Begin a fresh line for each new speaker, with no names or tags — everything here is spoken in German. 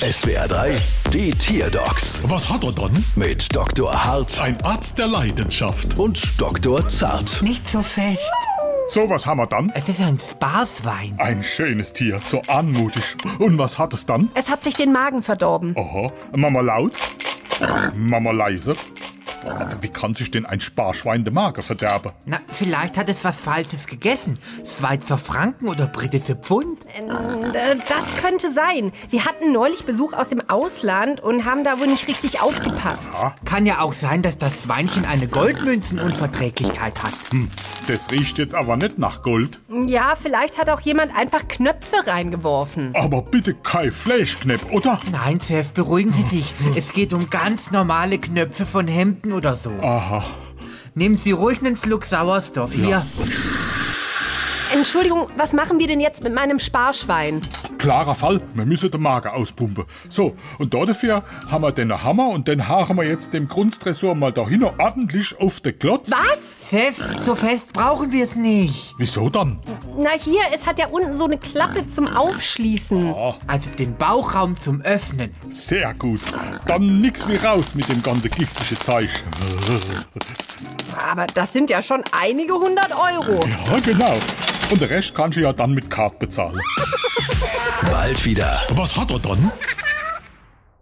SWR 3, die Tierdocs
Was hat er dann?
mit Dr. Hart
Ein Arzt der Leidenschaft.
und Dr. Zart.
Nicht so fest.
So, was haben wir dann?
Es ist ein Spaßwein.
Ein schönes Tier, so anmutig. Und was hat es dann?
Es hat sich den Magen verdorben.
Aha, Mama laut, Mama leise. Aber Wie kann sich denn ein Sparschwein den Magen verderben?
Na, vielleicht hat es was Falsches gegessen. Schweizer Franken oder britische Pfund.
Äh, Das könnte sein. Wir hatten neulich Besuch aus dem Ausland und haben da wohl nicht richtig aufgepasst.
Kann ja auch sein, dass das Schweinchen eine Goldmünzenunverträglichkeit hat.
Das riecht jetzt aber nicht nach Gold.
Ja, vielleicht hat auch jemand einfach Knöpfe reingeworfen.
Aber bitte kein Fleischknepp, oder?
Nein, Chef, beruhigen Sie sich. Es geht um ganz normale Knöpfe von Hemden oder so.
Aha.
Nehmen Sie ruhig einen Schluck Sauerstoff. Hier.
Entschuldigung, was machen wir denn jetzt mit meinem Sparschwein?
Klarer Fall, wir müssen den Magen auspumpen. So, und dafür haben wir den Hammer und den haaren wir jetzt dem Grundstressor mal dahin ordentlich auf den Klotz.
Was?
Chef, so fest brauchen wir es nicht.
Wieso dann?
Na hier, es hat ja unten so eine Klappe zum Aufschließen.
Also den Bauchraum zum Öffnen.
Sehr gut. Dann nix wie raus mit dem ganzen giftigen Zeug.
Aber das sind ja schon einige hundert Euro.
Ja, genau. Und den Rest kannst du ja dann mit Karte bezahlen.
Bald wieder.
Was hat er dann?